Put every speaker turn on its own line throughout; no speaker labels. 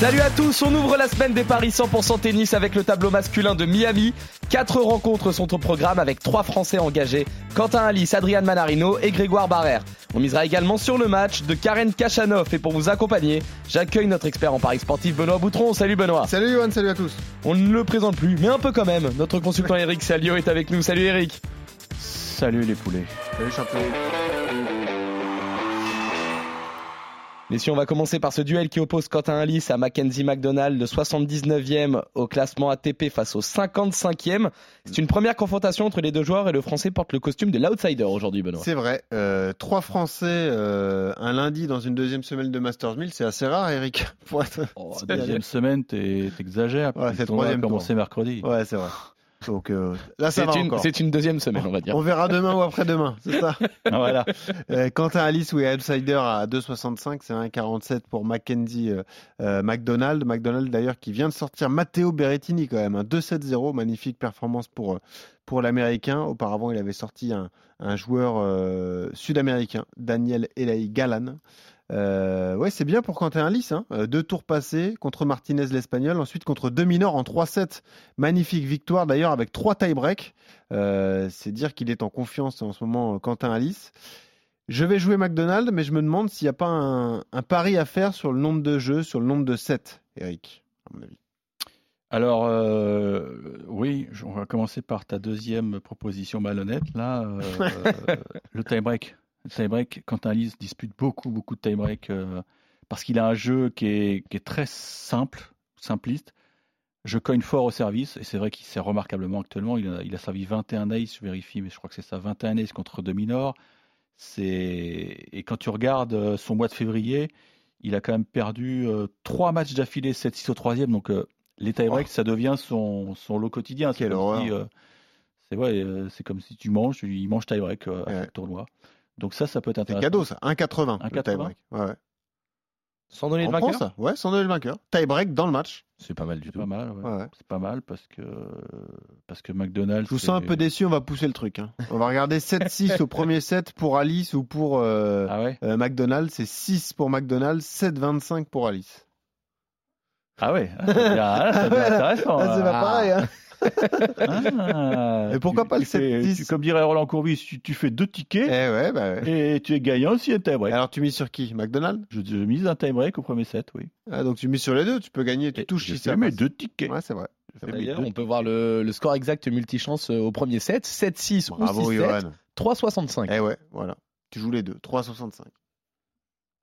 Salut à tous, on ouvre la semaine des paris 100% tennis avec le tableau masculin de Miami. Quatre rencontres sont au programme avec trois Français engagés, Quentin Alice, Adrian Manarino et Grégoire Barrère. On misera également sur le match de Karen Kachanov et pour vous accompagner, j'accueille notre expert en paris sportif Benoît Boutron. Salut Benoît.
Salut Johan, salut à tous.
On ne le présente plus, mais un peu quand même. Notre consultant Eric Salio est avec nous. Salut Eric.
Salut les poulets.
Salut champion.
Mais si on va commencer par ce duel qui oppose Quentin Alice à Mackenzie McDonald, le 79e au classement ATP face au 55e. C'est une première confrontation entre les deux joueurs et le Français porte le costume de l'outsider aujourd'hui, Benoît.
C'est vrai, euh, trois Français euh, un lundi dans une deuxième semaine de Masters 1000, c'est assez rare, Eric. Pour être-
Oh,
C'est-
deuxième semaine, t'es- t'exagères.
Ouais,
puis
c'est
le tournoi
troisième
a commencé mercredi.
Ouais, c'est vrai. Donc euh, là, ça
C'est
va
une,
encore.
c'est une deuxième semaine, on va dire.
On verra demain ou après-demain, c'est ça
Voilà.
Euh, Quant à Alice, oui, outsider à 2,65, c'est 1,47 pour Mackenzie euh, euh, McDonald. McDonald d'ailleurs qui vient de sortir Matteo Berrettini quand même, un 2,70, magnifique performance pour, euh, pour l'Américain. Auparavant, il avait sorti un, un joueur euh, sud-américain, Daniel Elahi Galan. Euh, ouais, c'est bien pour Quentin Alice. Hein. Euh, Deux tours passés contre Martinez l'Espagnol, ensuite contre Dominor en 3-7. Magnifique victoire d'ailleurs avec trois tie-break. Euh, c'est dire qu'il est en confiance en ce moment, euh, Quentin Alice. Je vais jouer McDonald's, mais je me demande s'il n'y a pas un, un pari à faire sur le nombre de jeux, sur le nombre de sets, Eric. à mon avis.
Alors, euh, oui, je- on va commencer par ta deuxième proposition malhonnête. Là, euh, euh, le tie-break. Le tie-break, Quentin Alice dispute beaucoup, beaucoup de tie-break euh, parce qu'il a un jeu qui est, qui est très simple, simpliste. Je cogne fort au service et c'est vrai qu'il sert remarquablement actuellement. Il a, il a servi 21 aces, je vérifie, mais je crois que c'est ça, 21 aces contre Dominor. C'est... Et quand tu regardes euh, son mois de février, il a quand même perdu euh, trois matchs d'affilée, 7-6 au troisième. Donc euh, les tie-breaks, ça devient son, son lot quotidien. C'est
Oh. Quelle
comme si,
horreur.
euh, c'est, ouais, euh, c'est comme si tu manges, tu- il mange tie-break euh, à
Ouais.
chaque tournoi. Donc ça, ça peut être
C'est
intéressant.
cadeau ça, 1,80. le
1,80.
tie-break. Ouais, ouais.
Sans donner
On
de
prend
vainqueur
ça Ouais, sans donner le vainqueur. Tie-break dans le match.
C'est pas mal du
C'est
tout.
pas mal, ouais.
Ouais, ouais.
C'est pas mal parce que, parce que McDonald's.
Je vous sens un
c'est-
peu déçu, on va pousser le truc. hein. On va regarder 7-6 au premier set pour Alice ou pour euh,
Ah ouais
euh, McDonald's. C'est 6 pour McDonald's, 7-25 pour Alice.
Ah ouais ah, ça devient- ah, là, ça devient intéressant.
Ah, c'est
là.
pas pareil. hein.
Ah,
Et pourquoi
tu-
pas le
tu fais-
7-10?
tu- Comme dirait Roland Courbis, tu, tu fais deux
Eh
tickets
ouais, bah ouais.
et tu es gagnant si tu break.
Alors tu mises sur qui McDonald's
Je, je mise un tie-break au premier set, oui.
Ah, Donc tu mises sur les deux, tu peux gagner, tu
Et
touches
je
si
fais
ça
mes
passe.
deux tickets.
Ouais, c'est vrai.
Je fais mes
D'ailleurs,
deux-
on peut voir le, le score exact multichance euh, au premier set 7-6 ou
Bravo,
6-7,
Johan.
3-65.
Eh ouais, voilà. Tu joues les deux. 3,65.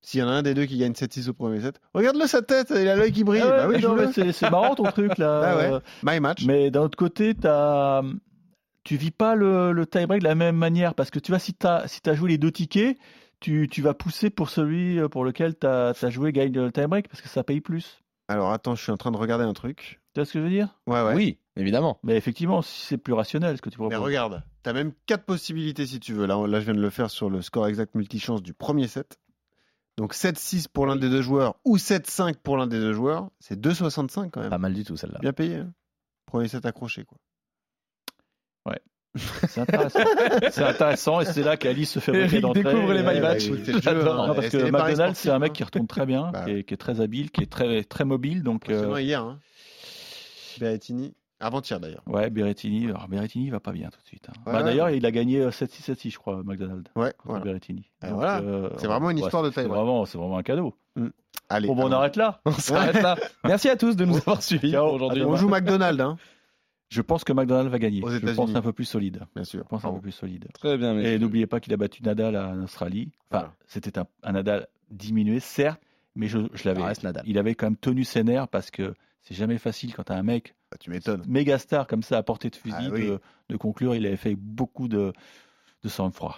S'il y en a un des deux qui gagne 7-6 au premier set, regarde-le sa tête, il a l'œil qui brille.
Ah ouais,
bah oui,
non,
joue-le.
mais c'est c'est marrant ton truc là.
Ah ouais. My match.
Mais d'un autre côté, t'as- tu vis pas le, le tie-break de la même manière parce que tu vois, si tu as, si t'as joué les deux tickets, tu, tu vas pousser pour celui euh, pour lequel tu as, joué gagne le tie-break parce que ça paye plus.
Alors attends, je suis en train de regarder un truc.
Tu vois ce que je veux dire
Eh Ouais, ouais.
Oui, évidemment.
Mais effectivement, si c'est plus rationnel ce que tu
Mais
proposes.
regarde, t'as même quatre possibilités si tu veux. Là, on- là, je viens de le faire sur le score exact multichance du premier set. Donc 7-6 pour l'un des deux joueurs ou 7-5 pour l'un des deux joueurs, c'est 2,65 quand même.
Pas mal du tout
Ah.
celle-là.
Bien payé. hein. Premier set accroché, quoi.
C'est intéressant. c'est intéressant et c'est là qu'Alice se fait
Eric
briquer d'entrée.
découvre les
Et-
My
Eh, bah,
match.
écoute, c'est le jeu,
J'adore.
hein.
Non, parce
Et
que
c'est les paris
McDonald's, c'est un
sportifs,
mec
hein.
qui retourne très bien,
Bah
qui, est, qui est très habile, qui est très, très mobile. Donc,
Impressionnant
euh,
hier. Hein. Berrettini. Avant-hier d'ailleurs.
ouais, Berrettini. Alors, Berrettini il va pas bien tout de suite. hein.
Ouais,
Bah,
ouais,
D'ailleurs, il a gagné euh, 7-6, 7-6, je crois, McDonald's.
Ouais,
contre
voilà.
Berrettini.
Et
Donc,
voilà.
euh,
C'est vraiment une
ouais,
histoire de
C'est
taille.
vraiment, c'est vraiment un cadeau.
Allez,
Bon, bon, on
allons-y.
arrête là.
On s'arrête là. Merci à tous de nous avoir suivis
Ciao.
aujourd'hui.
Attends,
On joue McDonald's, hein,
Je pense que McDonald's va gagner.
Aux
Je pense
États-Unis.
un peu plus solide.
bien sûr.
Je pense un
Bravo.
peu plus solide.
Très bien, messieurs.
Et n'oubliez pas qu'il a battu Nadal à- en Australie. Enfin,
Voilà.
c'était un, un Nadal diminué, certes, mais je, je l'avais.
Ça reste Nadal.
Il avait quand même tenu ses nerfs parce que c'est jamais facile quand t'as un mec
Bah, tu m'étonnes.
méga star comme ça à portée de fusil
Ah oui.
de, de conclure. Il avait fait beaucoup de, de sang-froid.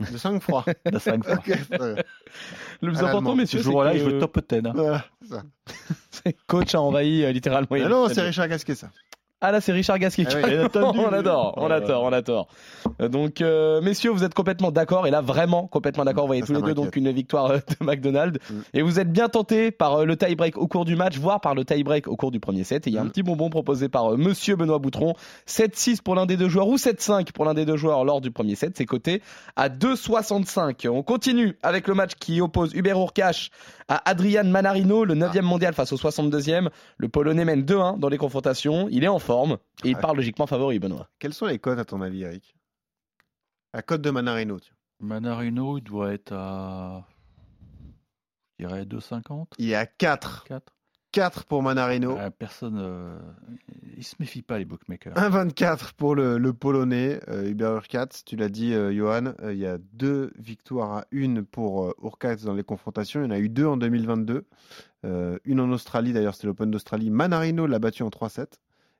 Le sang froid.
De sang-froid.
Ok, c'est vrai.
Le plus
à
important,
l'allemand.
Ce
messieurs, c'est
jour-là,
que
il joue top 10. hein.
Voilà, c'est ça.
coach a envahi euh, littéralement.
Mais
Yannick
non,
Noah.
c'est Richard Gasquet, ça.
Ah là, c'est Richard Gasquet.
Ah oui,
carrément.
il a attendu.
on adore, on
Ouais.
adore, on adore. Euh, Donc, euh, messieurs, vous êtes complètement d'accord, et là, vraiment complètement d'accord. Vous voyez
Ça,
tous
Ah, ça
les deux donc
m'inquiète.
une victoire euh, de McDonald's.
Mm.
Et vous êtes bien tentés par euh, le tie-break au cours du match, voire par le tie-break au cours du premier set. Et il y a un
Mm.
petit bonbon proposé par euh, monsieur Benoît Boutron. 7-6 pour l'un des deux joueurs ou 7-5 pour l'un des deux joueurs lors du premier set. C'est coté à 2,65. On continue avec le match qui oppose Hubert Urcache à Adrian Manarino, le
Ah.
9e mondial face au 62e. Le Polonais mène 2-1 dans les confrontations. Il est en forme et il
Ouais.
part logiquement favori, Benoît.
Quelles sont les cotes à ton avis, Eric La cote de Manarino, tiens.
Manarino, il doit être à. Je dirais 2,50,
Il est à 4.
4.
4 pour Manarino.
Ah, personne. euh, il se méfie pas, les bookmakers.
Ah, 1,24 pour le, le Polonais, euh, Hubert Urkatz. Tu l'as dit, euh, Johan, euh, il y a deux victoires à une pour euh, Urkatz dans les confrontations. Il y en a eu deux en 2022. Euh, une en Australie, d'ailleurs, c'était l'Open d'Australie. Manarino l'a battu en 3-7.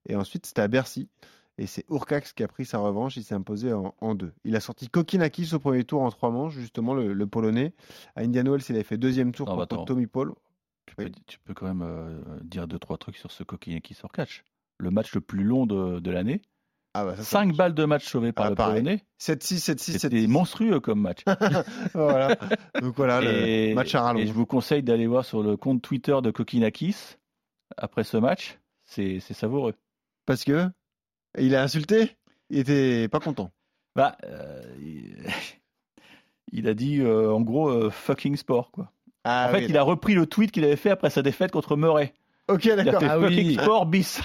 Et ensuite, c'était à Bercy. Et c'est Urkatz qui a pris sa revanche. Il s'est imposé en, en deux. Il a sorti Kokinakis au premier tour en trois manches, justement, le, le Polonais. À Indian Wells, il avait fait deuxième tour
Non, bah,
contre
attends.
Tommy Paul.
Tu,
Oui.
peux, tu peux quand même euh, dire deux trois trucs sur ce coquillé qui sort catch. Le match le plus long de, de l'année.
Ah bah, ça, c'est-
5 balles de match sauvées par
Ah,
le
pareil.
Polonais.
7-6, 7-6,
C'était
7-6.
monstrueux comme match.
voilà. Donc voilà,
Et-
Ah, le match à
Et
rallonge.
je vous conseille d'aller voir sur le compte Twitter de Kokinakis après ce match. C'est c'est savoureux.
Parce que il a insulté, il était pas content.
Bah, euh, il- il a dit euh, en gros euh, fucking sport quoi.
Ah,
en fait, il a repris le tweet qu'il avait fait après sa défaite contre Murray.
Ok,
Il a
d'accord.
fait
Ah oui.
fucking sport bis.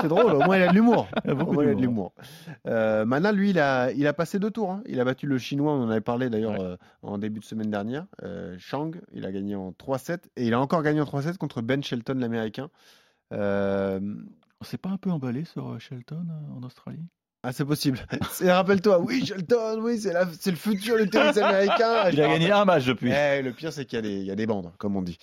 c'est drôle. Au moins, il a de l'humour. Au
Beaucoup
moins, il a de
d'humour.
l'humour. Euh, Mana, lui, il a, il a passé deux tours. hein. Il a battu le Chinois, on en avait parlé d'ailleurs
Ouais.
euh, en début de semaine dernière. Euh, Shang, il a gagné en 3-7. Et il a encore gagné en 3-7 contre Ben Shelton, l'américain. Euh,
On s'est pas un peu emballé sur euh, Shelton euh, en Australie
Ah, c'est possible. C'est- Rappelle-toi, oui, Shelton, oui, c'est la- c'est le futur du tennis américain.
Il a gagné un match depuis.
Eh, le pire, c'est qu'il y, a des- il y a des bandes, comme on dit.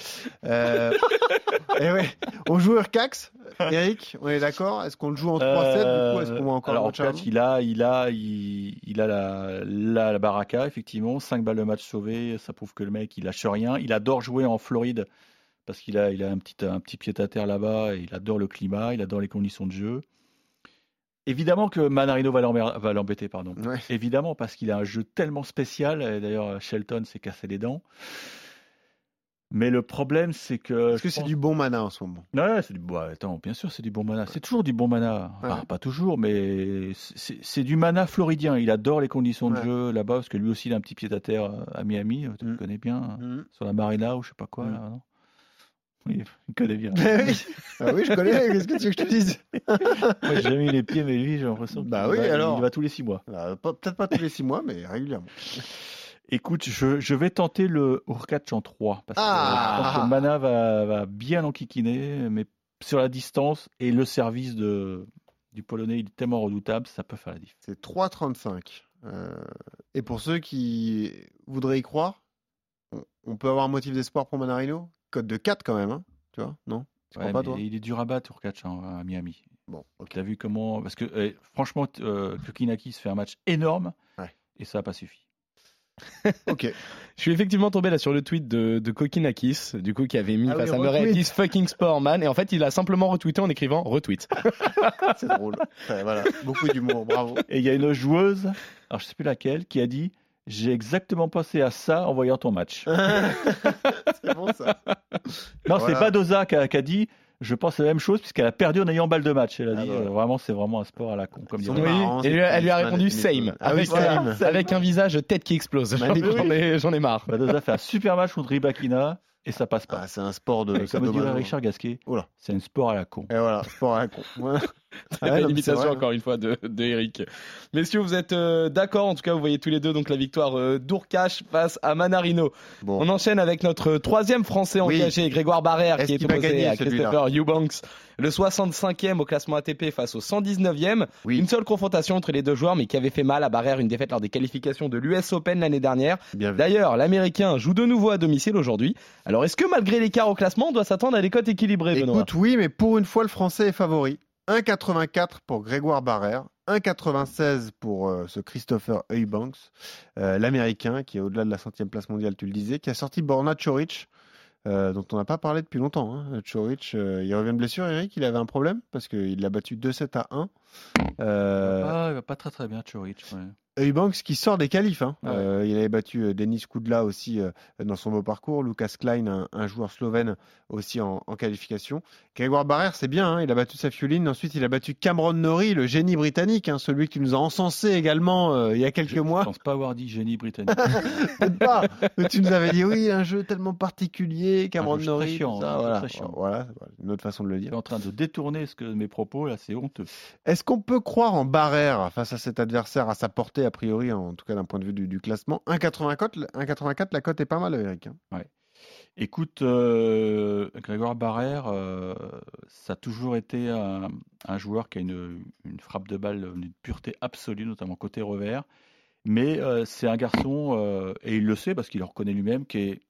Euh, eh ouais, on joue Urcax, Eric, on est d'accord Est-ce qu'on le joue en 3-7 Du coup, est-ce qu'on va encore
Euh, Alors,
le
en
match à
fait, il a, il a, il, il a la, la, la baraka, effectivement. 5 balles de match sauvées, ça prouve que le mec, il lâche rien. Il adore jouer en Floride parce qu'il a, il a un petit, un petit pied à terre là-bas. et Il adore le climat, il adore les conditions de jeu. Évidemment que Manarino va l'emmer- va l'embêter, pardon.
l'avant Ouais.
Évidemment, parce qu'il a un jeu tellement spécial. et D'ailleurs, Shelton s'est cassé les dents. Mais le problème, c'est que.
Est-ce que
je
c'est
pense-
du bon mana en ce moment
non, non, c'est du bon. Attends, bien sûr, c'est du bon mana. C'est toujours du bon mana.
Ouais.
Enfin, pas toujours, mais c'est c'est du mana floridien. Il adore les conditions de
Ouais.
jeu là-bas parce que lui aussi, il a un petit pied à terre euh, à Miami. euh, Tu le
Mm.
connais bien euh,
Mm.
sur la marina ou je sais pas quoi
Mm.
là, non Oui, il connaît bien.
Ben oui. Ah oui, je connais, qu'est-ce que tu veux que je te dise
Moi, j'ai jamais eu les pieds, mais lui, j'ai l'impression qu'il
Bah
y
oui,
va, il
alors.
y va tous les six mois.
Euh, pas- Peut-être pas tous les 6 mois, mais régulièrement.
Écoute, je, je vais tenter le Urkach en 3 parce que
Ah.
je pense que Mana va, va bien enquiquiner, mais sur la distance et le service de, du Polonais, il est tellement redoutable, ça peut faire la diff.
C'est 3,35. Euh, et pour ceux qui voudraient y croire, on, on peut avoir un motif d'espoir pour Manarino Code de 4 quand même, hein, tu vois Non Tu
Ouais,
crois pas, toi
mais Il est dur à battre, Urkac, hein, à Miami.
Bon, ok.
T'as vu comment Parce que eh, franchement, t- euh, Kukinaki se fait un match énorme
Ouais.
et ça n'a pas suffi.
Ok.
Je suis effectivement tombé là sur le tweet de, de Kokinakis, du coup, qui avait mis
Ah
face
oui,
à Murray
retweet.
This fucking sport, man. Et en fait, il a simplement retweeté en écrivant retweet.
Ah, C'est drôle. Enfin, voilà, beaucoup d'humour, bravo.
Et il y a une joueuse, alors je sais plus laquelle, qui a dit J'ai exactement pensé à ça en voyant ton match.
C'est bon ça.
non,
Voilà.
c'est Badoza qui a, qui a dit Je pense à la même chose puisqu'elle a perdu en ayant balle de match. Elle a
Ah
dit
bah
euh,
voilà.
Vraiment, c'est vraiment un sport à la con. Comme
Ils
dirait.
sont
Oui,
marrants,
et
ces
lui, elle lui a
tennisman,
répondu
les tennisman.
same,
Ah oui,
avec, euh,
same.
avec un visage tête qui explose. J'en
Magnifique.
ai, j'en ai marre.
Badoza fait un super match contre Ribakina et ça passe pas. Euh,
Ah, c'est un sport de
Et comme
sadomaso. hein.
dirait Richard Gasquet,
Oula.
c'est un sport à la con.
Et voilà, sport à la con. Ah Ouais.
Très
Ouais,
belle
non, mais c'est
imitation
vrai, hein.
encore une fois de, de Eric. Messieurs, vous êtes euh, d'accord En tout cas, vous voyez tous les deux donc la victoire euh, d'Ourkache face à Manarino.
Bon.
On enchaîne avec notre troisième Français
Oui.
engagé, Grégoire Barrère,
Est-ce
qui est
qu'il va
opposé
gagner,
à
celui-là
Christopher Eubanks, le 65e au classement ATP face au 119e.
Oui.
Une seule confrontation entre les deux joueurs, mais qui avait fait mal à Barrère, une défaite lors des qualifications de l'US Open l'année dernière.
Bien vu.
D'ailleurs, l'Américain joue de nouveau à domicile aujourd'hui. Alors, est-ce que malgré l'écart au classement, on doit s'attendre à des cotes équilibrées, Benoît
Écoute, oui, mais pour une fois, le français est favori. 1,84 pour Grégoire Barrère. 1,96 pour euh, ce Christopher Eubanks, euh, l'américain qui est au-delà de la centième place mondiale, tu le disais, qui a sorti Borna Choric euh, dont on n'a pas parlé depuis longtemps. Hein. Chorich, euh, il revient de blessure, Eric, il avait un problème parce qu'il l'a battu 2-7 à 1. Euh,
Ah, il va pas très très bien, Chorich. ouais.
Eubanks qui sort des qualifs. hein.
Ah ouais.
Euh, il avait battu euh, Denis Kudla aussi euh, dans son beau parcours. Lucas Klein, un, un joueur slovène aussi en, en qualification. Grégoire Barrère, c'est bien. hein, il a battu Safiulin. Ensuite, il a battu Cameron Norrie, le génie britannique, hein, celui qui nous a encensé également euh, il y a quelques
Je
mois.
pense pas avoir dit génie britannique.
Peut-être pas. Mais tu nous avais dit oui, un jeu tellement particulier, Cameron
jeu Ah, très
Norrie.
chiant,
tout ça,
un jeu
voilà.
très chiant.
Voilà, voilà, une autre façon de le
Tu
dire.
es en train de détourner ce que mes propos là, c'est honteux.
Est-ce qu'on peut croire en Barrère face à cet adversaire, à sa portée, a priori, hein, en tout cas d'un point de vue du, du classement 1,84, 1,84, la cote est pas mal, Eric. hein.
Écoute, euh, Grégoire Barrère, euh, ça a toujours été un, un joueur qui a une, une frappe de balle d'une pureté absolue, notamment côté revers. Mais euh, c'est un garçon, euh, et il le sait parce qu'il le reconnaît lui-même, qui est,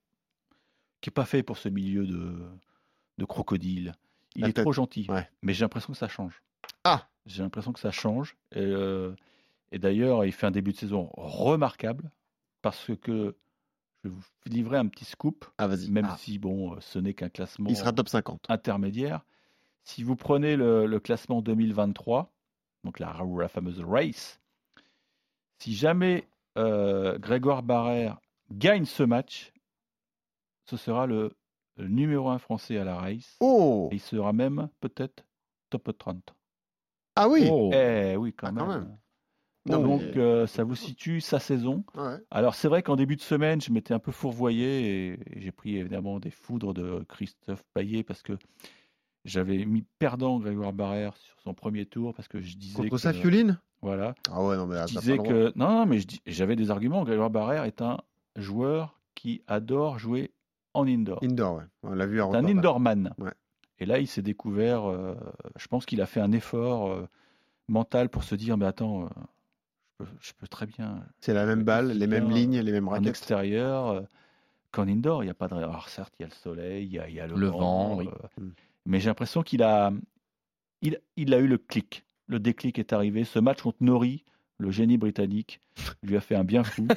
qui est pas fait pour ce milieu de, de crocodile. Il
La
est
tête,
trop gentil.
ouais.
Mais j'ai l'impression que ça change.
Ah.
J'ai l'impression que ça change. Et, euh, et d'ailleurs, il fait un début de saison remarquable parce que je vais vous livrer un petit scoop
Ah, vas-y.
même si Ah. bon, euh, ce n'est qu'un classement
Il sera top 50.
intermédiaire. Si vous prenez le, le classement 2023, donc la, la fameuse race, si jamais euh, Grégoire Barrère gagne ce match, ce sera le, le numéro 1 français à la race.
Oh
Et il sera même peut-être top 30.
Ah oui
Eh oui, quand
Ah,
même.
quand Non,
Donc
mais-
euh, ça vous situe sa saison.
Ouais.
Alors c'est vrai qu'en début de semaine, je m'étais un peu fourvoyé et et j'ai pris évidemment des foudres de Christophe Payet parce que j'avais mis perdant Grégoire Barrère sur son premier tour parce que je disais
Contre
que
Safiuline
voilà,
Ah ouais, non, mais là,
je
t'as
disais
pas le droit.
que non, non mais je dis- j'avais des arguments. Grégoire Barrère est un joueur qui adore jouer en indoor.
Indoor, ouais. On l'a vu hein. à
C'est un
Rotterdam.
indoorman.
Ouais.
Et là, il s'est découvert. euh, je pense qu'il a fait un effort euh, mental pour se dire mais attends, euh, je, peux, je peux très bien
C'est la même balle, les mêmes
Bien.
lignes, les mêmes
en
raquettes.
extérieur euh, qu'en indoor. Il n'y a pas de. Alors certes, il y a le soleil, il y a, il y a le,
Le vent, oui.
euh,
Mm.
Mais j'ai l'impression qu'il a, il, il a eu le clic. Le déclic est arrivé. Ce match contre Nori, le génie britannique, lui a fait un bien fou.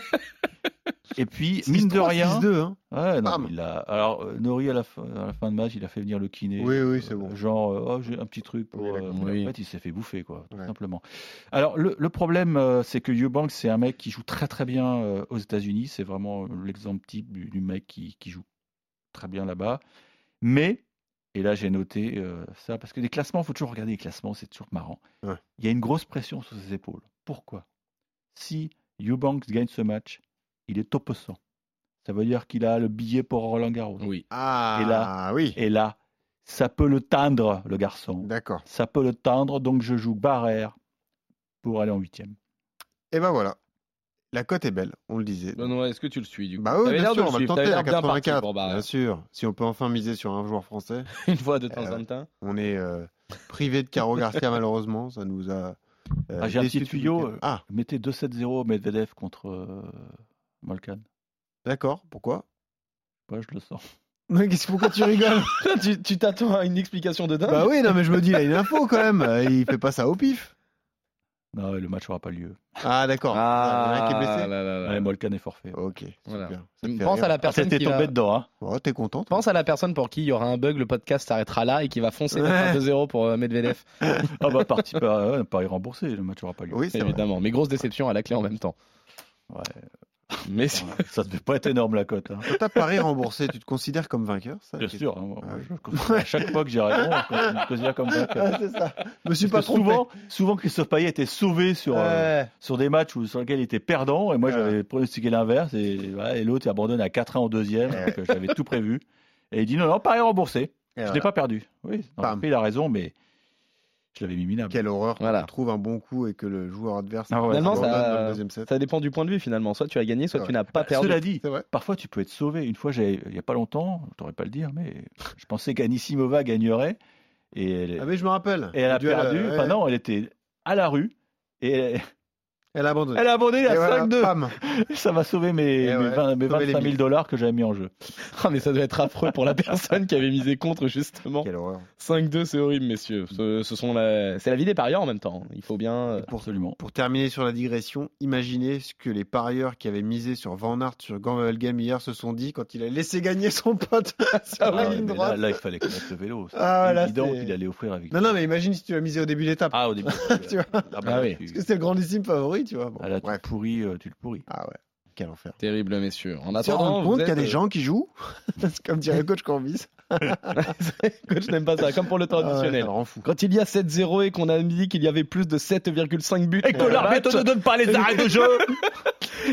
Et puis, mine de
6-3,
rien.
6-2, hein.
Ouais, non,
Bam.
mais il a- Alors, euh, Nori, à la, fin, à la fin de match, il a fait venir le kiné.
Oui, oui,
Euh,
c'est bon.
Genre, euh, oh, j'ai un petit truc. Pour,
Oui,
euh,
d'accord.
mais
Oui.
En fait, il s'est fait bouffer, quoi, tout
Ouais.
simplement. Alors, le, le problème, euh, c'est que Eubanks, c'est un mec qui joue très, très bien euh, aux États-Unis. C'est vraiment euh, l'exemple type du, du mec qui, qui joue très bien là-bas. Mais, et là, j'ai noté euh, ça, parce que les classements, il faut toujours regarder les classements, c'est toujours marrant.
Ouais.
Il y a une grosse pression sur ses épaules. Pourquoi Si Eubanks gagne ce match, il est top 100. Ça veut dire qu'il a le billet pour Roland Garros.
Oui.
Ah
Et là-
oui,
Et là, ça peut le teindre, le garçon.
d'accord.
Ça peut le teindre, donc je joue Barrère pour aller en huitième.
Et ben voilà. La cote est belle, on le disait.
Benoît, est-ce que tu le suis du coup
Bah oui,
T'avais
bien
l'air de
sûr,
le
on va le
suivre,
tenter
t'avais
à
l'air bien parti
84.
bah,
pour Barrère.
Bien sûr, si on peut enfin miser sur un joueur français.
Une fois de temps
Euh,
en temps.
On est euh, privé de Caro Garcia, malheureusement. Ça nous a. euh,
Ah, j'ai un
déçus
petit
tout le
tuyau.
week-end. Ah,
Mettez 2-7-0 Medvedev contre euh, Molkan.
d'accord, pourquoi
Ouais, je le sens.
Mais qu'est-ce- Pourquoi tu rigoles
tu tu t'attends à une explication de dingue
Bah oui, non, mais je me dis, il a une info quand même. Euh, Il fait pas ça au pif.
Non, le match n'aura pas lieu.
Ah, d'accord. Il y en a un qui est blessé.
là, là, là.
Ouais, Molkan est forfait.
Ok,
Voilà.
super. Ça me fait
Pense
rire.
à la personne
C'était
qui
tombé
va...
dedans. hein.
Oh, T'es content toi
Pense à la personne pour qui il y aura un bug, le podcast s'arrêtera là et qui va foncer mettre un
Ouais.
2-0 pour euh, Medvedev,
Ah bah, parti, pas, ouais, pas y rembourser, le match n'aura pas lieu.
Oui, c'est vrai.
évidemment. Mais grosse déception à la clé en même temps.
Ouais.
Mais
Ça ne devait pas être énorme la cote. hein.
Quand t'as Paris remboursé, tu te considères comme vainqueur ça
Bien
Qu'est-ce-
sûr. hein, moi,
Ah oui.
je- à chaque fois que j'ai raison, je me considère comme vainqueur.
Ah, c'est ça. Je me suis pas
Parce que
trompé.
souvent, souvent, Christophe Payet était sauvé sur, euh,
Ouais.
sur des matchs où, sur lesquels il était perdant. Et moi,
Ouais.
j'avais pronostiqué l'inverse. Et, voilà, et l'autre, il abandonne à 4-1 en deuxième.
Ouais.
donc, euh, j'avais tout prévu. Et il dit non, non, Paris remboursé.
Et
Je
voilà.
l'ai pas perdu. Oui, non,
Bam.
après, il a raison, mais je l'avais mis minable.
Quelle horreur quand
Voilà.
tu trouves un bon coup et que le joueur adverse
Ah ouais.
Finalement,
abandonne
ça-
dans le deuxième set.
ça dépend du point de vue finalement. Soit tu as gagné, soit
Ouais.
tu n'as pas perdu.
Ah, Cela dit,
C'est vrai.
parfois tu peux être sauvé. Une fois, j'avais- il n'y a pas longtemps, je t'aurais pas le dire, mais je pensais qu'Anissimova gagnerait. Et elle,
Ah mais je me rappelle.
Et elle a
Le duel,
perdu.
euh,
Enfin
ouais.
non, elle était à la rue. Et elle,
Elle a abandonné.
Elle a abandonné à
Et voilà,
5-2.
pam.
Ça va sauver
Eh
mes, mes
ouais,
20 mes
sauver les
25 000
billes.
dollars que j'avais mis en jeu.
Ah, mais ça doit être affreux pour la personne qui avait misé contre, justement.
Quelle horreur.
5-2, c'est horrible, messieurs. Ce, ce sont la... C'est la vie des parieurs en même temps. Il faut bien. euh,
Absolument.
Pour terminer sur la digression, imaginez ce que les parieurs qui avaient misé sur Van Aert sur Game hier se sont dit quand il a laissé gagner son pote sur
Ah
la
ouais,
ligne
mais
droite.
là, là, il fallait connaître le vélo. C'est
Ah, ouais, là,
évident
c'est-
qu'il allait offrir avec.
Non, non, mais imagine si tu as misé au début d'étape.
Ah, au début.
Tu vois.
Ah, bah,
Ah oui.
tu-
Parce que c'est le grandissime favori, tu vois. Bon,
Ah là, tu le
bref.
pourris, euh, tu le pourris.
Ah ouais, quel enfer.
Terrible, messieurs. En
Bah,
On se
attendant,
rend
vous
compte qu'il y a
êtes,
des
euh,
gens qui jouent. C'est comme dirait le coach Corbis. Ah
Coach n'aime pas ça, comme pour le temps additionnel.
rend fou.
Quand il y a 7-0 et qu'on a dit qu'il y avait plus de 7,5 buts, et
que l'arbitre ne
donne pas les
arrêts
de jeu,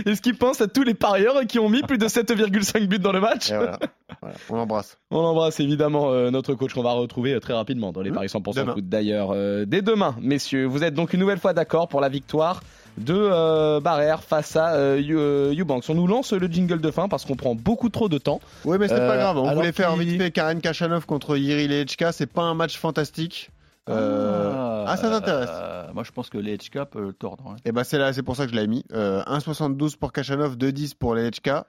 est-ce qu'il pense à tous les parieurs qui ont mis plus de 7,5 buts dans le match
Et voilà. Voilà, On l'embrasse.
On embrasse évidemment euh, notre coach qu'on va retrouver euh, très rapidement dans les
Mmh.
paris 100%
Demain.
foot d'ailleurs euh, dès demain, messieurs. Vous êtes donc une nouvelle fois d'accord pour la victoire de euh, Barère face à euh, You- euh, Eubanks. On nous lance le jingle de fin parce qu'on prend beaucoup trop de temps.
Oui, mais c'est
Euh,
pas grave. On
alors
voulait faire
qu'il-
vite fait Karen Kachanov contre Yiri Lechka. C'est pas un match fantastique. Euh, ah, ça t'intéresse.
euh, Moi, je pense que les HK peut le tordre. hein.
Et ben c'est là, c'est pour ça que je l'ai mis. Euh, 1,72 pour Kachanov, 2,10 pour Lechka.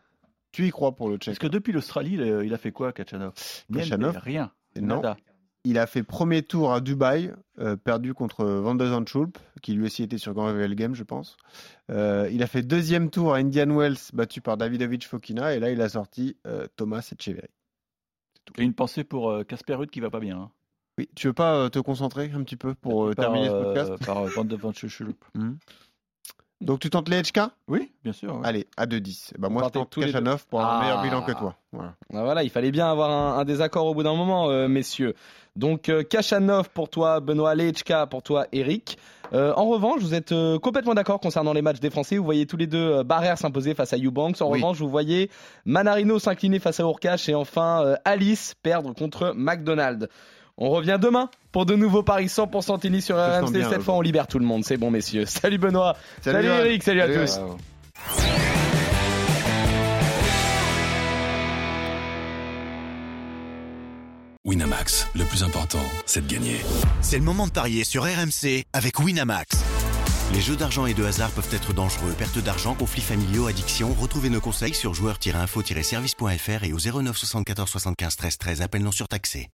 Tu y crois pour le
Parce
tchèque
que depuis l'Australie, il a- il a fait quoi, Kachanov Rien,
Kachanov
Rien.
Non.
Nada.
Il a fait premier tour à Dubaï, euh, perdu contre Van de Zandschulp, qui lui aussi était sur Grand Revival Game, je pense. Euh, il a fait deuxième tour à Indian Wells, battu par Davidovich Fokina, et là il a sorti euh, Thomas Echeverry.
Et une pensée pour euh, Casper Ruud qui va pas bien. hein.
Oui, tu veux pas euh, te concentrer un petit peu pour euh,
Par,
terminer ce
euh,
podcast
Par euh, Van de Van Schulp.
Donc tu tentes les HK
Oui, bien sûr. hein. ouais.
Allez, à 2-10. Eh ben, moi je
partez
tente
tous les deux.
Kachanov pour avoir un meilleur
Ah.
bilan que toi. Voilà.
Ah, voilà, il fallait bien avoir un, un désaccord au bout d'un moment, euh, messieurs. Donc euh, Kachanov pour toi, Benoît Lechka pour toi, Eric. Euh, en revanche, vous êtes euh, complètement d'accord concernant les matchs des Français. Vous voyez tous les deux euh, Barère s'imposer face à Eubanks. En
Oui.
revanche, vous voyez Manarino s'incliner face à Urkash et enfin euh, Alice perdre contre McDonald. On revient demain pour de nouveaux paris 100% tennis sur
sens
RMC.
bien,
Cette
Roger.
fois, on libère tout le monde. C'est bon, messieurs. Salut Benoît. Salut,
Johan.
Eric. Salut, à
Salut,
tous.
Johan.
Winamax, le plus important, c'est de gagner.
C'est le moment de parier sur RMC avec Winamax. Les jeux d'argent et de hasard peuvent être dangereux. Perte d'argent, conflits familiaux, addiction. Retrouvez nos conseils sur joueurs-info-service.fr et au 09 74 75 13 13. Appel non surtaxé.